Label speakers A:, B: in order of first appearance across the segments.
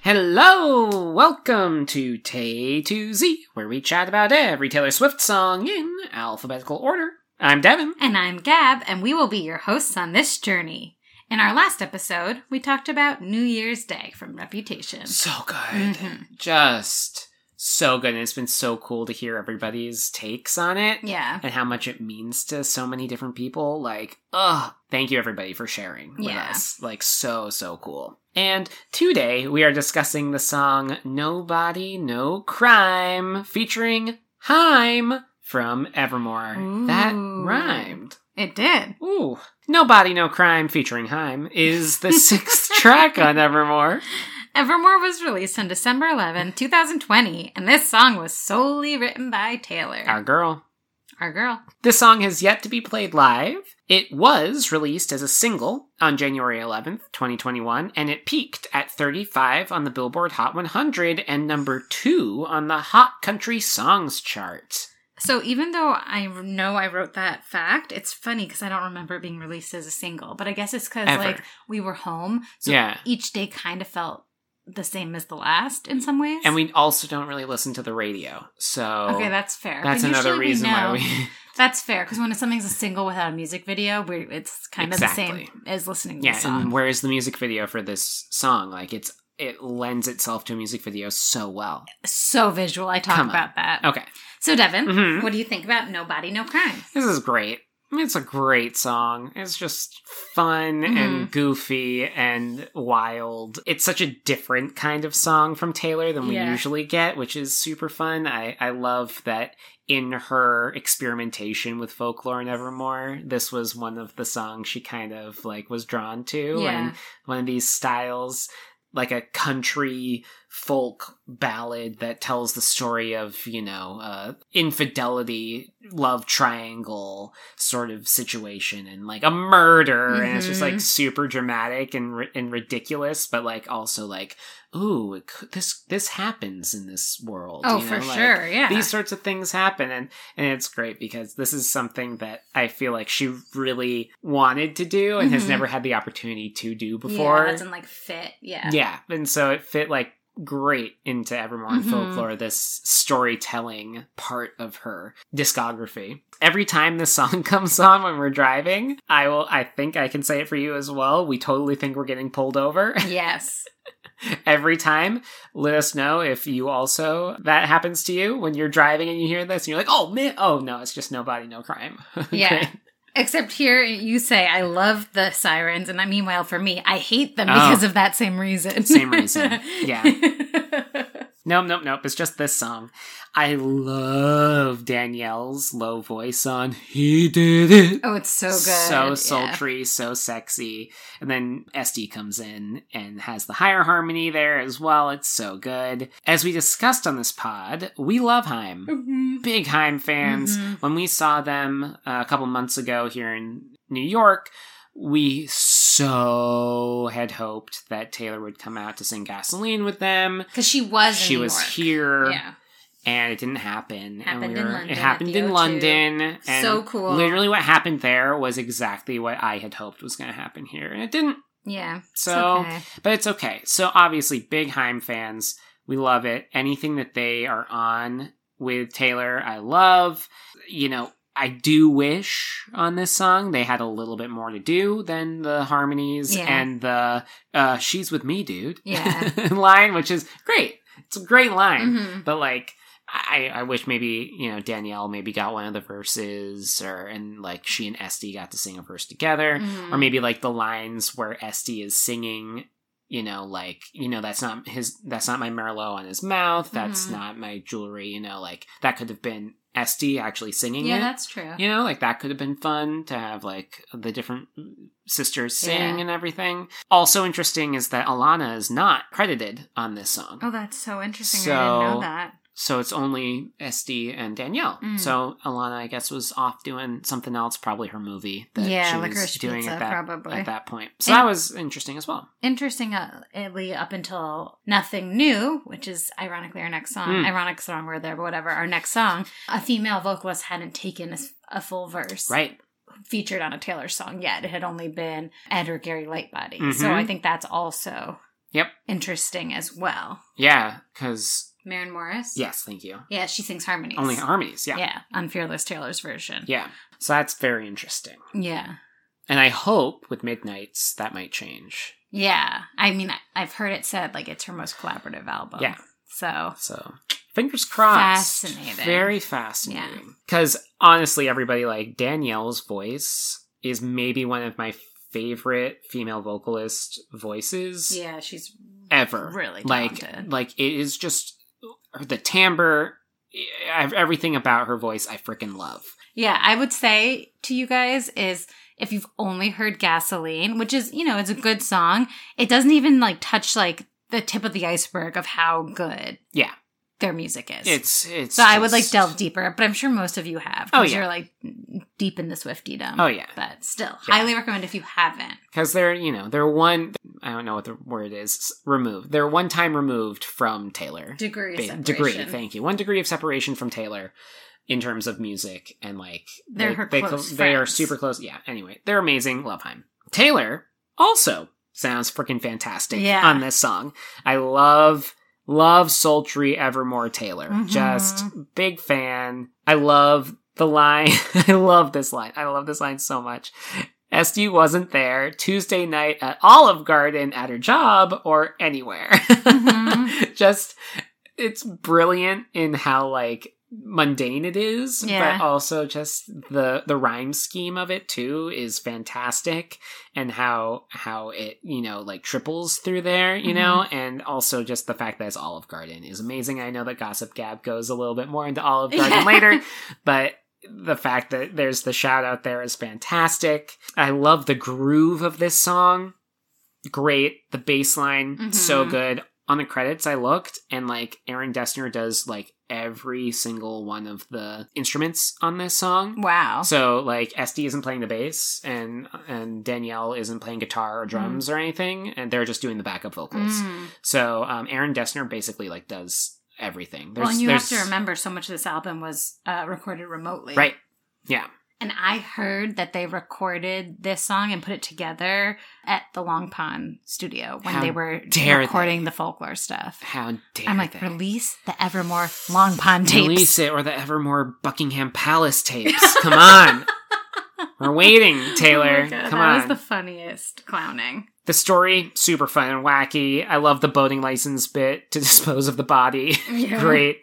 A: Hello! Welcome to Tay to Z, where we chat about every Taylor Swift song in alphabetical order. I'm Devin.
B: And I'm Gab, and we will be your hosts on this journey. In our last episode, we talked about New Year's Day from Reputation.
A: So good.
B: Mhm.
A: Mm-hmm. Just so good. And it's been so cool to hear everybody's takes on it
B: Yeah.
A: and how much it means to so many different people. Like, ugh, thank you everybody for sharing with
B: Yeah.
A: us. Like, so, so cool. And today we are discussing the song Nobody No Crime featuring Heim from Evermore. That
B: Ooh.
A: rhymed.
B: It did.
A: Ooh. Nobody No Crime featuring Heim is the sixth track on Evermore.
B: Evermore was released on December 11, 2020, and this song was solely written by Taylor,
A: Our girl.
B: our girl.
A: This song has yet to be played live. It was released as a single on January 11th, 2021, and it peaked at 35 on the Billboard Hot 100 and number 2 on the Hot Country Songs chart.
B: So even though I know I wrote that fact, it's funny because I don't remember it being released as a single, but I guess it's because,
A: Ever.
B: like, we were home, so
A: yeah.
B: each day kind of felt the same as the last in some ways.
A: And we also don't really listen to the radio. So
B: Okay, that's fair.
A: that's
B: But
A: another
B: usually we
A: reason why
B: know-
A: we.
B: That's fair because when something's a single without a music video, we're, it's kind of the
A: Exactly.
B: same as listening to
A: yeah,
B: the song.
A: and where's the music video for this song? Like, it's it lends itself to a music video so well.
B: so visual. I talk
A: Come on. Oh.
B: about that.
A: Okay.
B: So Devin,
A: Mhm.
B: what do you think about Nobody No Crime?
A: This is great. It's a great song. It's just fun and goofy and wild. It's such a different kind of song from Taylor than we
B: Yeah.
A: usually get, which is super fun. I, I love that in her experimentation with folklore and evermore, this was one of the songs she kind of like was drawn to and one of these styles like a country folk ballad that tells the story of you know uh, infidelity love triangle sort of situation and like a murder and it's just like
B: Mhm.
A: super dramatic and ri- and ridiculous but like also like ooh it could, this this happens in this world
B: oh,
A: you
B: for
A: know, like,
B: sure. Yeah.
A: these sorts of things happen and and it's great because this is something that i feel like she really wanted to do and has
B: Mhm.
A: never had the opportunity to do
B: Yeah,
A: before
B: doesn't like fit. Yeah.
A: yeah and so it fit like great into evermore and
B: Mhm.
A: folklore this storytelling part of her discography every time this song comes on when we're driving i will i think i can say it for you as well we totally think we're getting pulled over
B: Yes.
A: every time. Let us know if you also that happens to you when you're driving and you hear this and you're like, oh man, oh no, it's just nobody, no crime.
B: Yeah.
A: Great.
B: Except here, you say I love the sirens, and I meanwhile for me, I hate them because
A: Oh.
B: of that same reason.
A: Same reason. Yeah.
B: Yeah.
A: Nope, nope, nope. It's just this song. I love Danielle's low voice on He Did It.
B: oh, it's so good.
A: So
B: Yeah.
A: sultry, so sexy. And then Esty comes in and has the higher harmony there as well. It's so good. As we discussed on this pod, we love Heim.
B: Mhm.
A: big Heim fans.
B: Mhm.
A: When we saw them uh, a couple months ago here in New York, we so had hoped that Taylor would come out to sing Gasoline with them.
B: Because she was in
A: She
B: New
A: was
B: York.
A: here,
B: Yeah.
A: and it didn't happen. and
B: Happened in London
A: It
B: at
A: happened
B: the
A: in
B: O2.
A: London. And
B: So cool.
A: Literally, what happened there was exactly what I had hoped was going to happen here, and it didn't.
B: Yeah. It's
A: So,
B: okay.
A: but it's okay. So obviously, big Heim fans, we love it. Anything that they are on with Taylor, I love. You know, I do wish on this song they had a little bit more to do than the harmonies
B: Yeah.
A: and the uh, "She's with me, dude"
B: Yeah.
A: line, which is great. It's a great line,
B: Mhm.
A: but like. I, I wish maybe you know Danielle maybe got one of the verses or and like she and Esty got to sing a verse together
B: Mhm.
A: or maybe like the lines where Esty is singing, you know, like you know that's not his, that's not my Merlot on his mouth, that's
B: Mhm.
A: not my jewelry, you know, like that could have been Esty actually singing
B: yeah,
A: it.
B: that's true.
A: you know, like that could have been fun to have like the different sisters sing
B: Yeah.
A: and everything. Also interesting is that Alana is not credited on this song.
B: Oh, that's so interesting. I didn't
A: So-
B: know that.
A: So it's only Esty and Danielle.
B: Mm.
A: So Alana, I guess, was off doing something else, probably her movie that
B: yeah,
A: she
B: like
A: was
B: Licorice
A: doing
B: Pizza,
A: at that
B: probably.
A: at that point. So
B: And-
A: that was interesting as well.
B: Interesting, uh, Italy up until Nothing New, which is ironically our next song.
A: Mm.
B: Ironic song, word there, but whatever. Our next song, a female vocalist hadn't taken a, s- a full verse
A: Right.
B: featured on a Taylor song yet. It had only been Ed or Gary Lightbody. So
A: Mhm.
B: I think that's also
A: Yep.
B: interesting as well.
A: Yeah, because
B: Maren Morris.
A: yes, thank you.
B: Yeah, she sings harmonies.
A: Only harmonies.
B: yeah.
A: Yeah. yeah,
B: on Fearless Taylor's version.
A: So that's very interesting,
B: Yeah.
A: and I hope with Midnight's that might change.
B: Yeah. I mean, I- I've heard it said like it's her most collaborative album.
A: Yeah.
B: So,
A: So fingers crossed.
B: Fascinating.
A: Very fascinating. Because honestly, everybody like Danielle's voice is maybe one of my favorite female vocalist voices
B: yeah, she's
A: ever.
B: really
A: like
B: talented.
A: like it is just the timbre. I- Everything about her voice, I freaking love.
B: Yeah, I would say to you guys is if you've only heard Gasoline, which is, you know, it's a good song, it doesn't even like touch like the tip of the iceberg of how good
A: Yeah.
B: their music is.
A: It's it's.
B: so I would like
A: just-
B: delve deeper, but I'm sure most of you have
A: Oh,
B: because
A: yeah.
B: you're like deep in the Swiftiedom.
A: Oh yeah,
B: But still,
A: Yeah.
B: highly recommend if you haven't.
A: because they're you know they're one. I don't know what the word is. Removed. They're one time removed from Taylor.
B: Degree
A: ba-
B: separation.
A: degree. Thank you. One degree of separation from Taylor in terms of music and like
B: They're her
A: they,
B: close
A: they are
B: friends.
A: super close. Yeah. Anyway, they're amazing. Love Heim. Taylor also sounds freaking fantastic
B: Yeah.
A: on this song. I love love sultry evermore Taylor.
B: Mhm.
A: Just big fan. I love the line. I love this line. I love this line so much. SD wasn't there Tuesday night at Olive Garden at her job or anywhere.
B: Mhm.
A: Just it's brilliant in how like mundane it is,
B: Yeah.
A: but also just the the rhyme scheme of it too is fantastic and how how it, you know, like triples through there, you know, and also just the fact that it's Olive Garden is amazing. I know that Gossip Gab goes a little bit more into Olive Garden
B: Yeah.
A: later, but the fact that there's the shout out there is fantastic. I love the groove of this song. Great. The bass line,
B: Mhm.
A: so good. On the credits, I looked, and like Aaron Dessner does like every single one of the instruments on this song.
B: Wow.
A: So like SD isn't playing the bass and and Danielle isn't playing guitar or drums or anything, and they're just doing the backup vocals.
B: Mm.
A: So um, Aaron Dessner basically like does everything.
B: Well, and you have to
A: there's-
B: remember so much of this album was uh, recorded remotely.
A: right? Yeah.
B: And I heard that they recorded this song and put it together at the Long Pond studio when
A: How
B: they were
A: dare they.
B: recording the folklore stuff.
A: How dare
B: I'm like,
A: they.
B: release the Evermore Long Pond tapes.
A: Release it or the Evermore Buckingham Palace tapes. Come on. We're waiting,
B: Oh
A: Taylor.
B: my God,
A: Come
B: that
A: on.
B: was the funniest clowning.
A: the story, super fun and wacky. I love the boating license bit to dispose of the body.
B: Yeah.
A: Great.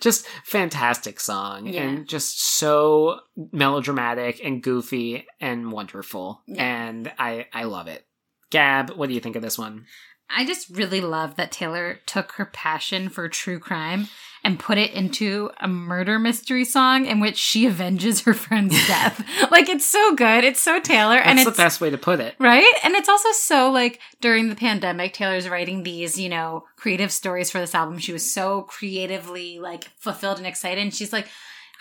A: Just fantastic song.
B: Yeah.
A: And just so melodramatic and goofy and wonderful.
B: Yeah.
A: And I, I love it. Gab, what do you think of this one?
B: I just really love that Taylor took her passion for true crime and put it into a murder mystery song in which she avenges her friend's death. like it's so good. It's so Taylor
A: That's
B: and
A: the
B: it's
A: best way to put it.
B: Right? And it's also so like during the pandemic, Taylor's writing these, you know, creative stories for this album. She was so creatively like fulfilled and excited. And she's like,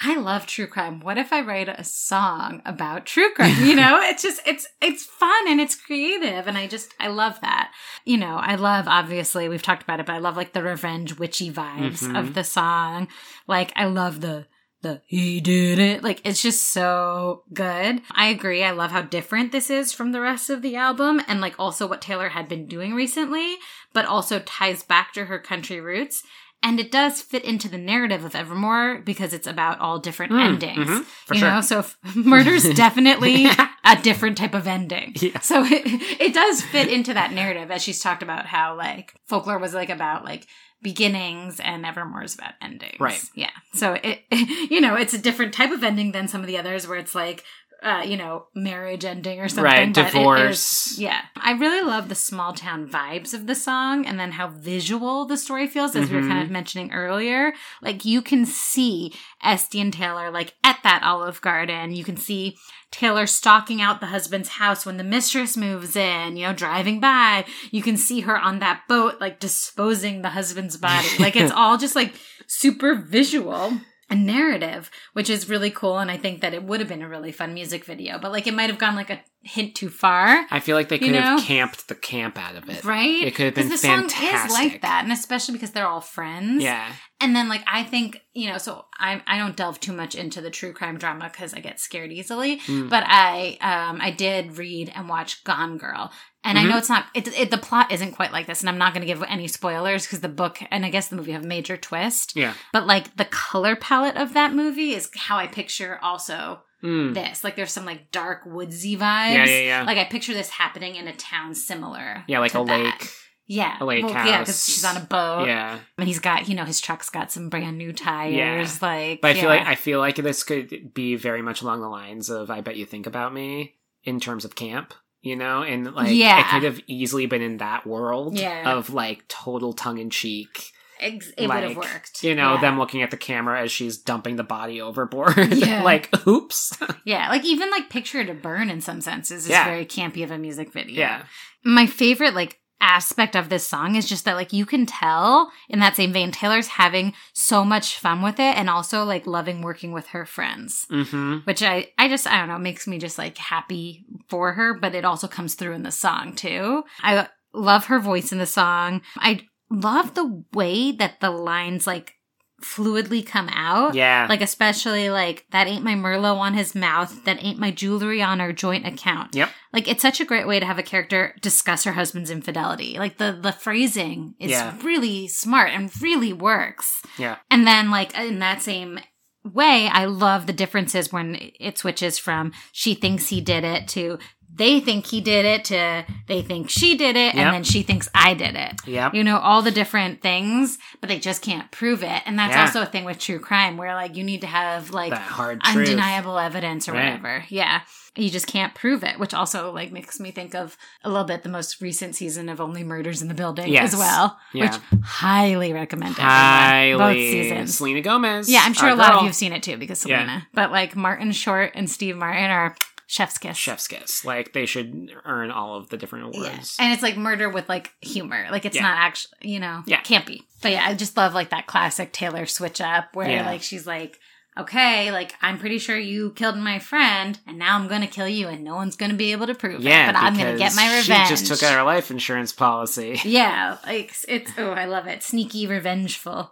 B: I love true crime. What if I write a song about true crime? You know, it's just, it's, it's fun and it's creative. And I just, I love that. You know, I love, obviously, we've talked about it, but I love like the revenge witchy vibes
A: Mhm.
B: of the song. Like, I love the, the he did it. Like it's just so good. I agree. I love how different this is from the rest of the album and like also what Taylor had been doing recently, but also ties back to her country roots. And it does fit into the narrative of Evermore because it's about all different
A: Mm,
B: endings.
A: mhm, for
B: you
A: sure.
B: know, so f- murder's definitely a different type of ending.
A: Yeah.
B: So it, it does fit into that narrative as she's talked about how like folklore was like about like beginnings and evermore is about endings.
A: Right.
B: Yeah. So it, you know, it's a different type of ending than some of the others where it's like, uh, you know, marriage ending or something.
A: Right,
B: but it is-
A: divorce.
B: yeah. I really love the small town vibes of the song and then how visual the story feels, as we were kind of mentioning earlier. Like you can see Esty and Taylor like at that Olive Garden. You can see Taylor stalking out the husband's house when the mistress moves in, you know, driving by. You can see her on that boat, like disposing the husband's body. Like it's all just like super visual and narrative, which is really cool. And I think that it would have been a really fun music video, but like it might have gone like a hint too far.
A: I feel like they could
B: You
A: have
B: know?
A: camped the camp out of it.
B: Right?
A: It could have
B: 'Cause
A: been
B: the song is
A: fantastic.
B: like that, and especially because they're all friends.
A: Yeah.
B: And then, like, I think you know, so I I don't delve too much into the true crime drama because I get scared easily.
A: Mm.
B: But I um I did read and watch Gone Girl, and
A: Mhm.
B: I know it's not it, it the plot isn't quite like this, and I'm not going to give any spoilers because the book and I guess the movie have a major twist.
A: Yeah.
B: But like the color palette of that movie is how I picture also
A: Mm.
B: this. Like there's some like dark woodsy vibes.
A: Yeah, yeah, yeah.
B: Like I picture this happening in a town similar.
A: yeah, like
B: to
A: a
B: that.
A: lake.
B: Yeah,
A: a lake
B: Yeah,
A: house.
B: because she's on a boat,
A: Yeah.
B: and he's got you know his truck's got some brand new tires. Like,
A: But I
B: yeah.
A: feel like I feel like this could be very much along the lines of I bet you think about me in terms of camp, you know, and like it
B: Yeah.
A: could have easily been in that world
B: Yeah.
A: of like total tongue in cheek.
B: Ex- it would have
A: like,
B: worked.
A: You know,
B: yeah.
A: them looking at the camera as she's dumping the body overboard.
B: Yeah.
A: like, oops.
B: Yeah, like even like Picture to Burn in some senses is
A: Yeah.
B: very campy of a music video.
A: Yeah.
B: My favorite like aspect of this song is just that like you can tell in that same vein Taylor's having so much fun with it and also like loving working with her friends.
A: hmm
B: Which I I just I don't know, makes me just like happy for her, but it also comes through in the song too. I love her voice in the song. I love the way that the lines like fluidly come out.
A: Yeah.
B: Like, especially like, that ain't my Merlot on his mouth. That ain't my jewelry on our joint account.
A: Yep.
B: Like, it's such a great way to have a character discuss her husband's infidelity. Like, the, the phrasing is
A: Yeah.
B: really smart and really works.
A: Yeah.
B: And then, like, in that same way, I love the differences when it switches from she thinks he did it to they think he did it to they think she did
A: Yep.
B: it. And then she thinks I did it
A: yep.
B: you know all the different things but they just can't prove it and that's
A: Yeah.
B: also a thing with true crime where like you need to have like
A: that hard truth.
B: undeniable evidence or
A: Right.
B: whatever yeah you just can't prove it which also like makes me think of a little bit the most recent season of only murders in the building
A: Yes.
B: as well
A: Yeah.
B: which highly recommend everyone, both
A: Highly.
B: seasons
A: Selena Gomez.
B: yeah i'm sure
A: our
B: a lot of
A: girl.
B: you have seen it too because
A: Yeah.
B: selena but like martin short and steve martin are chef's kiss
A: Chef's kiss. Like they should earn all of the different awards.
B: Yeah. And it's like murder with like humor. Like it's
A: Yeah.
B: not actually, you know,
A: Yeah.
B: can't be. But yeah, I just love like that classic Taylor switch up where
A: Yeah.
B: like she's like, okay, like I'm pretty sure you killed my friend and now I'm going to kill you and no one's going to be able to prove
A: Yeah,
B: it. But I'm going to
A: because
B: get my revenge.
A: She just took out her life insurance policy.
B: yeah. Like it's, oh, I love it. Sneaky, revengeful.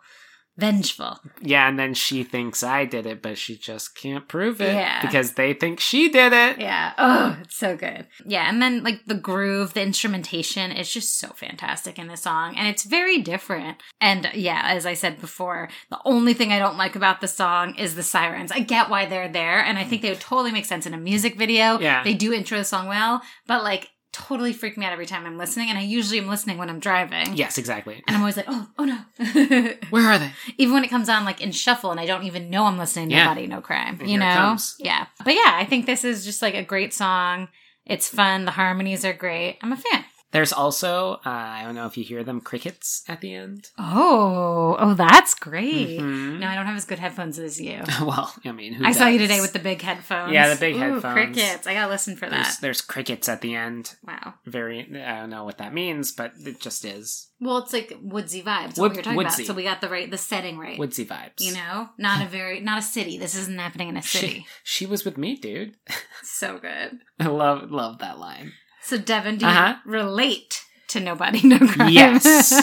B: Vengeful.
A: Yeah, and then she thinks I did it, but she just can't prove it
B: Yeah.
A: because they think she did it.
B: Yeah. Oh, it's so good. Yeah. And then like the groove, the instrumentation is just so fantastic in the song and it's very different. And yeah, as I said before, the only thing I don't like about the song is the sirens. I get why they're there and I think they would totally make sense in a music video.
A: Yeah.
B: They do intro the song well, but like totally freak me out every time I'm listening. And I usually am listening when I'm driving.
A: Yes, exactly.
B: And I'm always like, oh, oh no.
A: Where are they?
B: even when it comes on like in shuffle and I don't even know I'm listening to
A: Yeah.
B: Nobody No Crime,
A: And
B: you
A: here it
B: know?
A: comes.
B: Yeah. But yeah, I think this is just like a great song. It's fun. The harmonies are great. I'm a fan.
A: There's also uh, I don't know if you hear them crickets at the end.
B: Oh, oh, that's great.
A: Mhm.
B: No, I don't have as good headphones as you.
A: well, I mean, who
B: I saw you
A: does?
B: today with the big headphones.
A: Yeah, the big
B: Ooh,
A: headphones.
B: Crickets. I gotta listen for that.
A: There's, there's crickets at the end.
B: Wow.
A: Very, I don't know what that means, but it just is
B: Well, it's like woodsy vibes. What
A: Wood-
B: we were talking
A: woodsy.
B: about. So we got the right, the setting right.
A: woodsy vibes.
B: You know, not a very, not a city. This isn't happening in a
A: she,
B: city.
A: she was with me, dude.
B: so good.
A: I love love that line.
B: So Devin, do you
A: Uh-huh.
B: relate to nobody no crime?
A: Yes.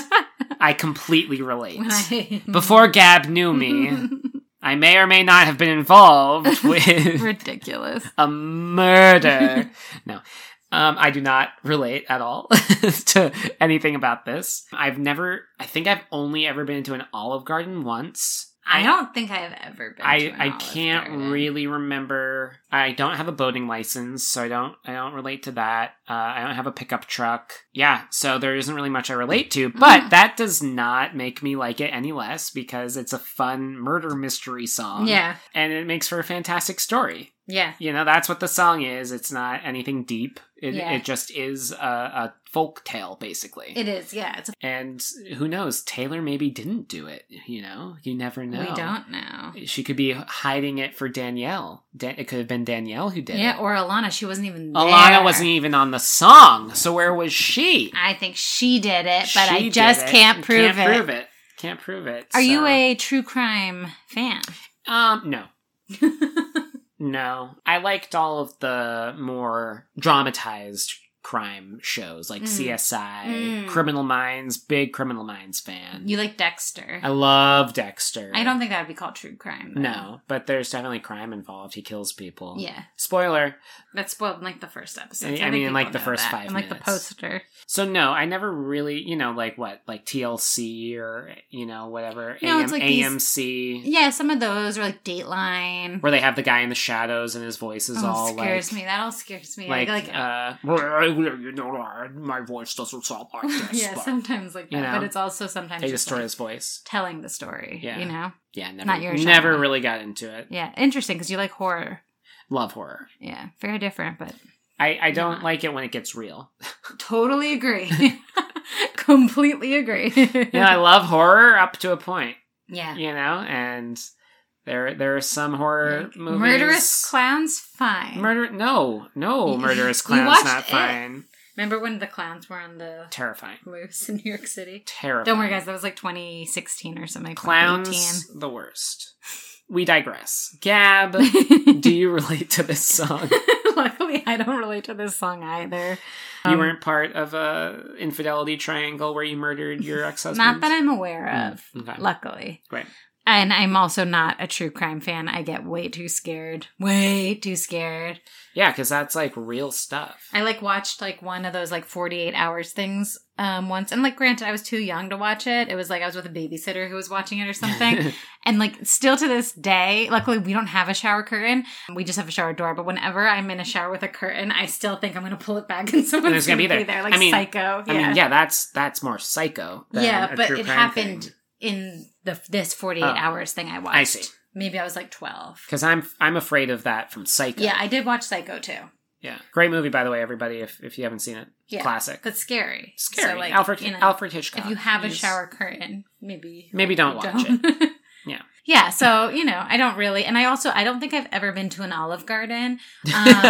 A: I completely relate.
B: When I-
A: Before Gab knew me, I may or may not have been involved with
B: ridiculous.
A: a murder. no. Um, I do not relate at all to anything about this. I've never, I think I've only ever been to an Olive Garden once.
B: I don't think I've ever been. to
A: I,
B: an
A: I
B: Olive
A: can't
B: Garden.
A: really remember. I don't have a boating license, so I don't I don't relate to that. Uh, I don't have a pickup truck. Yeah, so there isn't really much I relate to. But
B: Mhm.
A: that does not make me like it any less because it's a fun murder mystery song.
B: Yeah,
A: and it makes for a fantastic story.
B: yeah,
A: You know, that's what the song is. It's not anything deep. It,
B: Yeah.
A: it just is a, a folk tale, basically.
B: it is. Yeah, it's.
A: and who knows? Taylor maybe didn't do it. You know, you never know.
B: We don't know.
A: She could be hiding it for Danielle. Dan- it could have been Danielle who did
B: Yeah,
A: it.
B: or Alana. She wasn't even. There.
A: Alana wasn't even on the song, so where was she?
B: I think she did it, but
A: She
B: I
A: did
B: just
A: it.
B: can't prove
A: Can't
B: it.
A: prove it. Can't prove it.
B: Are you
A: so-
B: a true crime fan?
A: um? No, No, I liked all of the more dramatized crime shows like
B: Mm.
A: CSI,
B: Mm.
A: Criminal Minds, big Criminal Minds fan.
B: You like Dexter.
A: I love Dexter.
B: I don't think that would be called true crime. though.
A: No, but there's definitely crime involved. He kills people.
B: Yeah.
A: Spoiler.
B: That's spoiled in like the first episode.
A: I mean, in, like, the first
B: five
A: five
B: And like the
A: minutes.
B: poster.
A: So no, I never really, you know, like what, like TLC or you know whatever
B: No, it's like these-
A: AMC,
B: Yeah, some of those are like Datelline.
A: where they have the guy in the shadows and his voice is
B: Oh,
A: all
B: scares
A: like,
B: me. That all scares me.
A: like,
B: Like, like
A: uh, you know, uh, my voice doesn't sound like this.
B: yeah,
A: but
B: sometimes like that.
A: you know,
B: but it's also sometimes
A: they
B: just
A: destroy
B: like,
A: his voice.
B: telling the story.
A: Yeah.
B: You know?
A: Yeah, never,
B: Not your
A: never
B: genre.
A: really got into it.
B: Yeah. Interesting because you like horror.
A: Love horror.
B: Yeah. Very different, but
A: I, I don't
B: Not.
A: like it when it gets real.
B: totally agree. Completely agree.
A: You know, I love horror up to a point,
B: yeah.
A: you know, and there there are some horror
B: Like,
A: movies.
B: Murderous clowns, fine.
A: Murder? No, no,
B: You-
A: murderous
B: you
A: clowns.
B: watched
A: Not
B: it.
A: fine.
B: Remember when the clowns were on the
A: Terrifying.
B: loose in New York City?
A: Terrifying.
B: Don't worry, guys. That was like 2016 or something.
A: Clowns, the worst. We digress. Gab,
B: 2018.
A: do you relate to this song?
B: Luckily, I don't relate to this song either.
A: you
B: Um,
A: weren't part of a infidelity triangle where you murdered your ex husband.
B: Not that I'm aware of.
A: Mm, Okay.
B: Luckily.
A: Great.
B: And I'm also not a true crime fan. I get way too scared. Way too scared.
A: Yeah, because that's like real stuff.
B: I like watched like one of those like 48 hours things um once. And like granted I was too young to watch it. It was like I was with a babysitter who was watching it or something. and like still to this day, luckily we don't have a shower curtain. We just have a shower door, but whenever I'm in a shower with a curtain, I still think I'm going to pull it back and someone's
A: gonna be there.
B: like
A: I mean-
B: psycho.
A: I mean, yeah, that's that's more psycho. Than
B: Yeah,
A: a
B: but
A: true
B: it
A: crime
B: happened
A: thing.
B: in the this 48
A: Oh.
B: hours thing I watched.
A: I see.
B: Maybe I was like 12.
A: Because I'm I'm afraid of that from Psycho.
B: Yeah, I did watch Psycho too.
A: yeah. Great movie, by the way, everybody. If if you haven't seen it,
B: Yeah.
A: classic.
B: But scary.
A: Scary.
B: So, like,
A: Alfred
B: you know,
A: Alfred Hitchcock.
B: if you have a
A: He's-
B: shower curtain, maybe
A: maybe don't watch it.
B: it.
A: Yeah.
B: Yeah, so, you know, I don't really and I also I don't think I've ever been to an Olive Garden. Um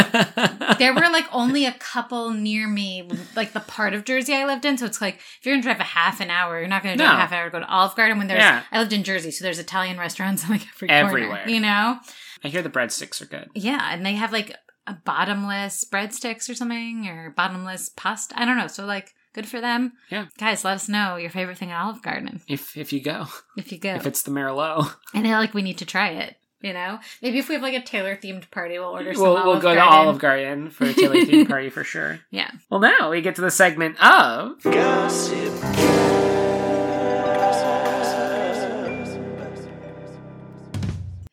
B: there were like only a couple near me, like the part of Jersey I lived in. So it's like if you're gonna drive a half an hour, you're not gonna drive
A: No.
B: a half an hour to go to Olive Garden when there's
A: Yeah.
B: I lived in Jersey, so there's Italian restaurants on like every
A: Everywhere.
B: corner, you know?
A: I hear the breadsticks are good.
B: Yeah, and they have like a bottomless breadsticks or something or bottomless pasta. I don't know. So like good for them.
A: Yeah.
B: Guys, let us know your favorite thing at Olive Garden
A: If if you go,
B: if you go.
A: if it's the Merlot,
B: I feel like we need to try it, you know? Maybe if we have like a Taylor themed party, we'll order some
A: we'll
B: Olive
A: we'll go
B: Garden.
A: to Olive Garden for a Taylor theme party for sure.
B: Yeah.
A: Well, now we get to the segment of
C: Gossip.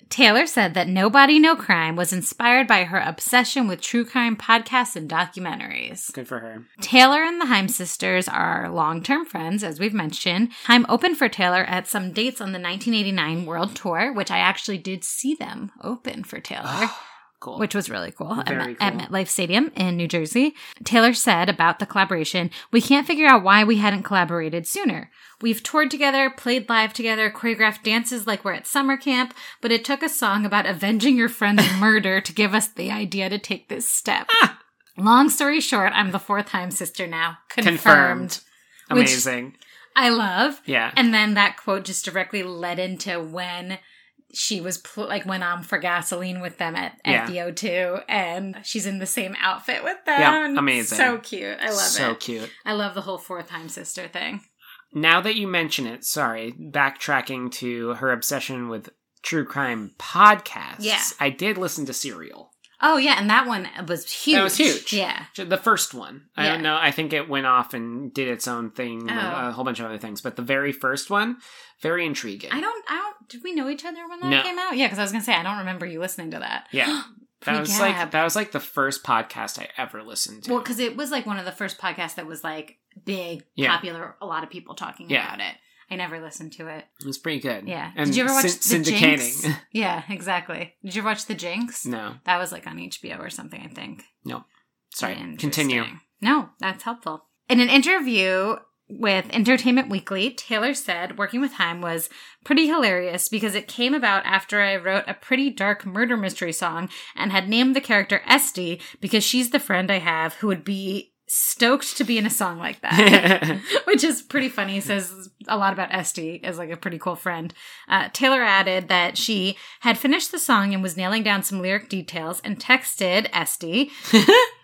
B: Taylor said that Nobody No Crime was inspired by her obsession with true crime podcasts and documentaries.
A: good for her.
B: Taylor and the Heim sisters are long term friends, as we've mentioned. Heim opened for Taylor at some dates on the 1989 World Tour, which I actually did see them open for Taylor.
A: Ah, cool.
B: Which was really cool at,
A: Very
B: at
A: cool.
B: MetLife Stadium in New Jersey. Taylor said about the collaboration, we can't figure out why we hadn't collaborated sooner. We've toured together, played live together, choreographed dances like we're at summer camp, but it took a song about avenging your friend's murder to give us the idea to take this step.
A: Ah.
B: Long story short, I'm the fourth time sister now. Confirmed.
A: confirmed.
B: Which-
A: Amazing.
B: I love.
A: yeah.
B: And then that quote just directly led into when she was pl- like went on for gasoline with them at,
A: Yeah.
B: at the O2 and she's in the same outfit with them.
A: Yeah, amazing.
B: So cute. I love
A: so
B: it.
A: cute.
B: I love the whole four time sister thing.
A: Now that you mention it, sorry, backtracking to her obsession with true crime podcasts.
B: Yeah.
A: I did listen to Serial.
B: Oh yeah, and that one was huge.
A: That was huge.
B: Yeah.
A: The first one. I don't
B: Yeah.
A: know. I think it went off and did its own thing, and
B: Oh.
A: a whole bunch of other things. But the very first one, very intriguing.
B: I don't I don't did we know each other when that
A: No.
B: came out? Yeah, cuz I was going to say I don't remember you listening to that.
A: Yeah. that was like
B: Pre-Gab.
A: that was like the first podcast I ever listened to.
B: Well, cuz it was like one of the first podcasts that was like big,
A: Yeah.
B: popular, a lot of people talking
A: Yeah.
B: about it. I never listened to it.
A: it was pretty good.
B: Yeah.
A: And
B: Did you ever watch
A: syn-
B: the
A: syndicating?
B: Jinx? Yeah, exactly. Did you ever watch The Jinx?
A: no,
B: That was like on HBO or something, I think.
A: sorry.
B: Interesting.
A: Continue.
B: No, that's helpful. In an interview with Entertainment Weekly, Taylor said working with Heim was pretty hilarious because it came about after I wrote a pretty dark murder mystery song and had named the character Esty because she's the friend I have who would be stoked to be in a song like that, which is pretty funny. It says a lot about Esty as like a pretty cool friend. Uh, Taylor added that she had finished the song and was nailing down some lyric details and texted Esty.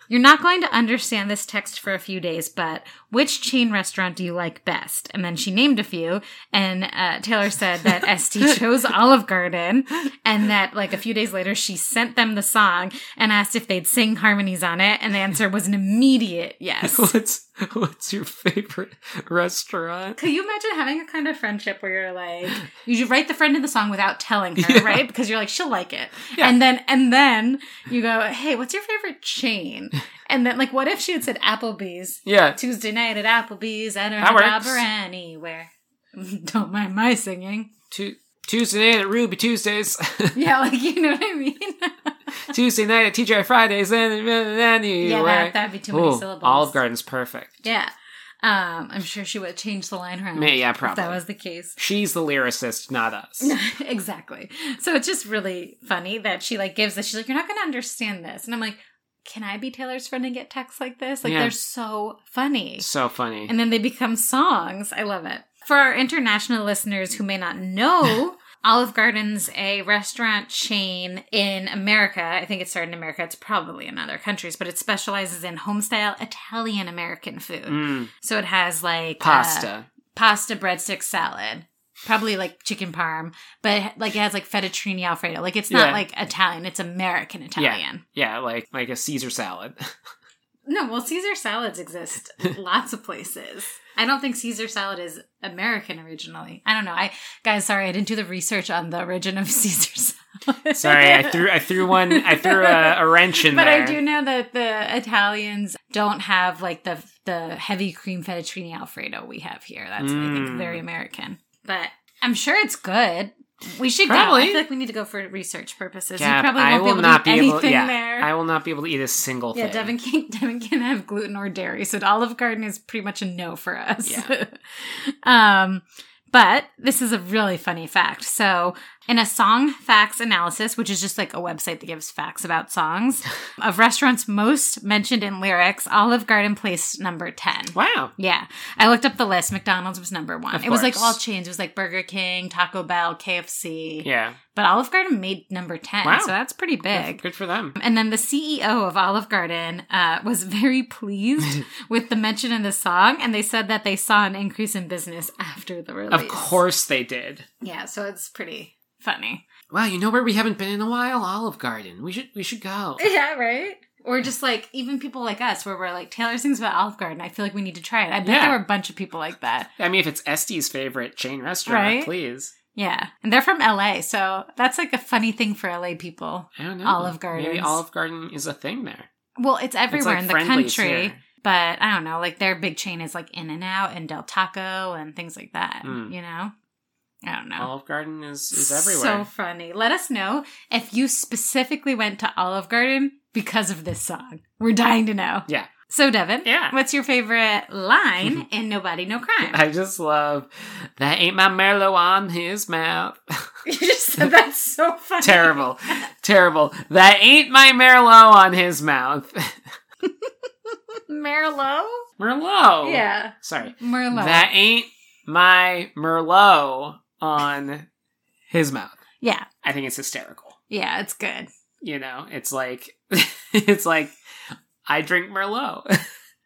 B: You're not going to understand this text for a few days, but which chain restaurant do you like best? And then she named a few, and uh, Taylor said that ST chose Olive Garden, and that like a few days later she sent them the song and asked if they'd sing harmonies on it, and the answer was an immediate yes.
A: What's what's your favorite restaurant?
B: Could you imagine having a kind of friendship where you're like, you should write the friend in the song without telling her,
A: Yeah.
B: right? Because you're like, she'll like it,
A: Yeah.
B: and then and then you go, hey, what's your favorite chain? And then like, what if she had said Applebee's?
A: Yeah.
B: Tuesday night at Applebee's. I don't
A: That
B: have a job
A: works.
B: or anywhere. Don't mind my singing.
A: Tu- Tuesday night at Ruby Tuesdays.
B: Yeah, like you know what I mean.
A: Tuesday night at TJ Fridays. And anyway.
B: yeah, that, that'd be too many
A: Ooh,
B: syllables.
A: Olive Garden's perfect.
B: Yeah, um, I'm sure she would change the line around.
A: May- yeah,
B: if that
A: probably.
B: was the case.
A: She's the lyricist, not us.
B: exactly. So it's just really funny that she like gives this. She's like, "You're not going to understand this," and I'm like, "Can I be Taylor's friend and get texts like this? Like
A: Yeah.
B: they're so funny."
A: so funny.
B: and then they become songs. I love it. For our international listeners who may not know, Olive Garden's a restaurant chain in America. I think it started in America. It's probably in other countries, but it specializes in homestyle Italian American food.
A: Mm,
B: So it has like uh,
A: pasta.
B: pasta, breadstick, salad. Probably like chicken parm, but like it has like fettuccine alfredo. Like it's not
A: Yeah.
B: like Italian; it's American Italian.
A: yeah, like like a Caesar salad.
B: No, well, Caesar salads exist lots of places. I don't think Caesar salad is American originally. I don't know. I guys, sorry, I didn't do the research on the origin of Caesar salad.
A: Sorry, I threw I threw one I threw a, a wrench in
B: But
A: there.
B: I do know that the Italians don't have like the the heavy cream fettuccine alfredo we have here. That's I think
A: Mm.
B: very American. But I'm sure it's good. We should
A: Probably.
B: go. I feel like we need to go for research purposes.
A: Yeah,
B: you probably
A: I
B: won't
A: will
B: be able
A: not
B: to eat
A: be able-
B: anything
A: yeah,
B: there.
A: I will not be able to eat a single
B: Yeah,
A: thing.
B: Devin can Devin can have gluten or dairy, so Olive Garden is pretty much a no for us.
A: Yeah.
B: um, but this is a really funny fact. So, in a song facts analysis, which is just like a website that gives facts about songs of restaurants most mentioned in lyrics, Olive Garden placed number ten.
A: Wow.
B: Yeah, I looked up the list. McDonald's was number one.
A: Of
B: it was like
A: course.
B: all chains. It was like Burger King, Taco Bell, KFC.
A: Yeah.
B: But Olive Garden made number ten,
A: Wow.
B: so that's pretty big.
A: Good, good for them.
B: And then the CEO of Olive Garden uh, was very pleased with the mention in the song, and they said that they saw an increase in business after the release.
A: Of course they did.
B: yeah. So it's pretty funny.
A: Wow, you know where we haven't been in a while? Olive Garden. We should we should go.
B: Yeah, right. Or just like even people like us, where we're like Taylor sings about Olive Garden. I feel like we need to try it. I bet
A: Yeah.
B: there were a bunch of people like that.
A: I mean, if it's Estee's favorite chain restaurant,
B: Right?
A: please.
B: Yeah, and they're from LA, so that's like a funny thing for LA people.
A: I don't know.
B: Olive
A: Maybe
B: Gardens.
A: Olive Garden is a thing there.
B: Well, it's everywhere
A: like
B: in the
A: Friendly's
B: country,
A: here.
B: but I don't know. Like their big chain is like In and Out and Del Taco and things like that.
A: Mm.
B: You know, I don't know.
A: Olive Garden is is
B: Oh. So
A: everywhere.
B: funny. Let us know if you specifically went to Olive Garden because of this song. We're dying to know.
A: Yeah.
B: So Devin,
A: Yeah.
B: what's your favorite line in Nobody No Crime?
A: I just love that ain't my Merlot on his mouth.
B: you just said that's so funny.
A: terrible. terrible. That ain't my Merlot on his mouth.
B: Merlot?
A: Merlot.
B: Yeah.
A: Sorry.
B: Merlot.
A: Oh. That ain't my Merlot on his mouth.
B: yeah.
A: I think it's hysterical.
B: Yeah, it's good.
A: You know, it's like it's like I drink Merlot.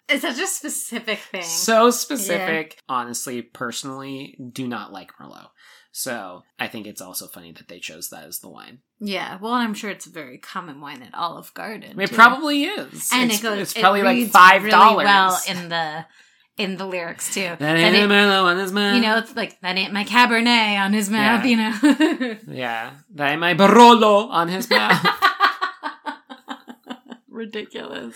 B: It's such a specific thing.
A: so specific. Honestly, personally, do not like Merlot. So I think it's also funny that they chose that as the wine.
B: yeah. Well, I'm sure it's a very common wine at Olive Garden.
A: It
B: too.
A: probably is.
B: and
A: it's,
B: it goes
A: It's probably
B: it
A: like
B: reads
A: five dollars.
B: really well in the in the lyrics too.
A: that
B: That
A: ain't
B: it-
A: a Merlot on his mouth.
B: you know, it's like that ain't my cabernet on his mouth,
A: Yeah.
B: you know.
A: Yeah, that ain't my Barolo on his mouth.
B: Ridiculous.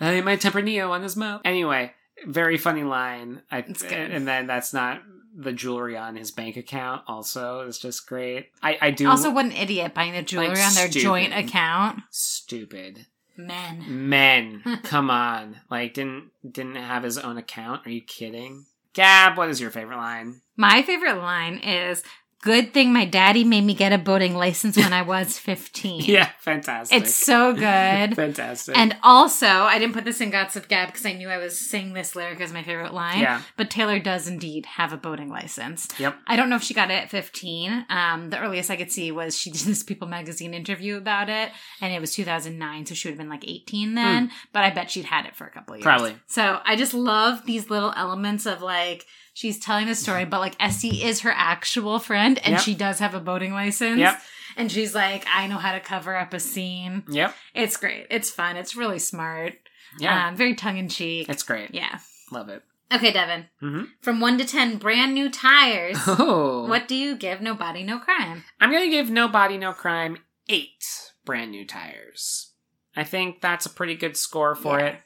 A: I mean, my Tempranillo on his mouth. Anyway, very funny line. I,
B: It's good.
A: and then that's not the jewelry on his bank account. Also, is just great. I I do
B: Also, what an idiot buying the jewelry on their
A: stupid.
B: joint account.
A: stupid
B: Men.
A: men. come on, like didn't didn't have his own account. Are you kidding? Gab, what is your favorite line?
B: My favorite line is good thing my daddy made me get a boating license when I was 15.
A: Yeah, fantastic.
B: It's so good.
A: fantastic.
B: And also, I didn't put this in Gots of Gab because I knew I was saying this lyric as my favorite line.
A: Yeah.
B: But Taylor does indeed have a boating license.
A: Yep.
B: I don't know if she got it at 15. Um, the earliest I could see was she did this People magazine interview about it, and it was 2009, so she would have been like 18 then. But I bet she'd had it for a couple of years.
A: Hmm. Probably.
B: So I just love these little elements of like she's telling the story, but like Essie is her actual friend, and
A: Yep.
B: she does have a boating license.
A: Yep.
B: And she's like, I know how to cover up a scene.
A: yep.
B: It's great. It's fun. It's really smart.
A: Yeah.
B: Um, very tongue in cheek.
A: it's great.
B: Yeah.
A: Love it.
B: Okay, Devin.
A: Mhm.
B: From one to ten, brand new tires.
A: Oh.
B: What do you give No Body, No Crime?
A: I'm going to give No Body, No Crime eight brand new tires. I think that's a pretty good score for
B: Yeah.
A: it.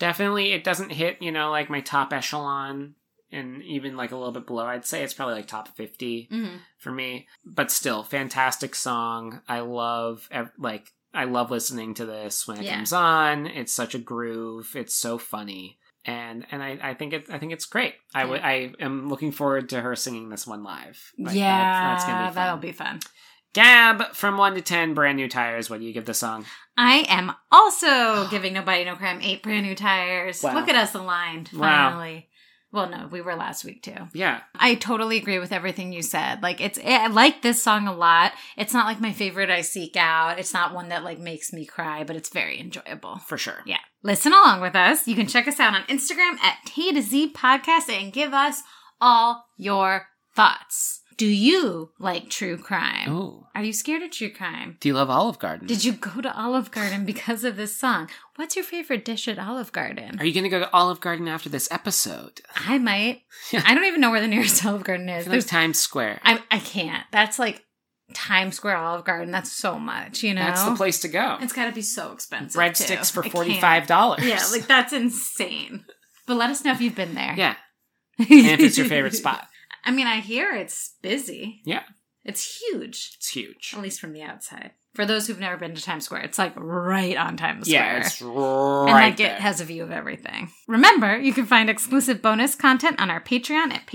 A: Definitely, it doesn't hit, you know, like my top echelon and even like a little bit below. I'd say it's probably like top 50
B: Mm-hmm.
A: for me, but still, fantastic song. I love, ev- like, I love listening to this when it
B: Yeah.
A: comes on. It's such a groove. It's so funny. And and I, I think it I think it's great. I would I am looking forward to her singing this one live. Like,
B: yeah,
A: that's- that's gonna be fun.
B: that'll be fun.
A: Gab from one to ten, brand new tires. What do you give the song?
B: I am also giving Nobody No Crime eight brand new tires.
A: Wow.
B: Look at us aligned
A: Wow.
B: finally. Well, no, we were last week too.
A: Yeah,
B: I totally agree with everything you said. Like it's eh, I like this song a lot. It's not like my favorite I seek out. It's not one that like makes me cry, but it's very enjoyable.
A: for sure.
B: Yeah. Listen along with us. You can check us out on Instagram at T to Z Podcast and give us all your thoughts. Do you like true crime?
A: Oh,
B: Are you scared of true crime?
A: do you love Olive Garden?
B: Did you go to Olive Garden because of this song? What's your favorite dish at Olive Garden?
A: Are you going to go to Olive Garden after this episode?
B: I might. I don't even know where the nearest Olive Garden is.
A: There's
B: There's,
A: Times Square.
B: I, I can't. That's like Times Square Olive Garden. That's so much, you know?
A: That's the place to go.
B: It's got to be so expensive.
A: Breadsticks
B: too.
A: for
B: I can't.
A: forty five dollars.
B: Yeah, like that's insane. But let us know if you've been there.
A: yeah. And if it's your favorite spot,
B: I mean, I hear it's busy.
A: Yeah.
B: It's huge,
A: it's huge.
B: at least from the outside. For those who've never been to Times Square, it's like right on Times Square.
A: Yeah, it's right
B: and like
A: there.
B: it has a view of everything. Remember, you can find exclusive bonus content on our Patreon at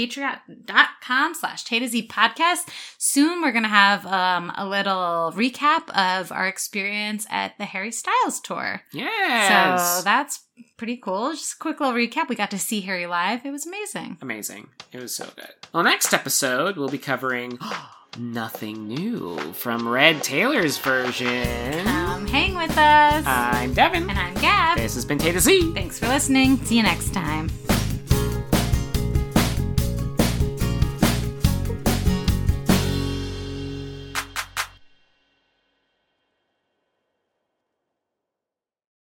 B: patreon.com slash Tay to Z podcast. Soon we're going to have um, a little recap of our experience at the Harry Styles tour.
A: yes.
B: So that's pretty cool. Just a quick little recap. We got to see Harry live. It was amazing.
A: Amazing. It was so good. Well, next episode, we'll be covering Nothing New from Red Taylor's version.
B: Come Um, hang with us.
A: I'm Devin.
B: and I'm Gab.
A: This has been Tay to Z.
B: Thanks for listening. See you next time.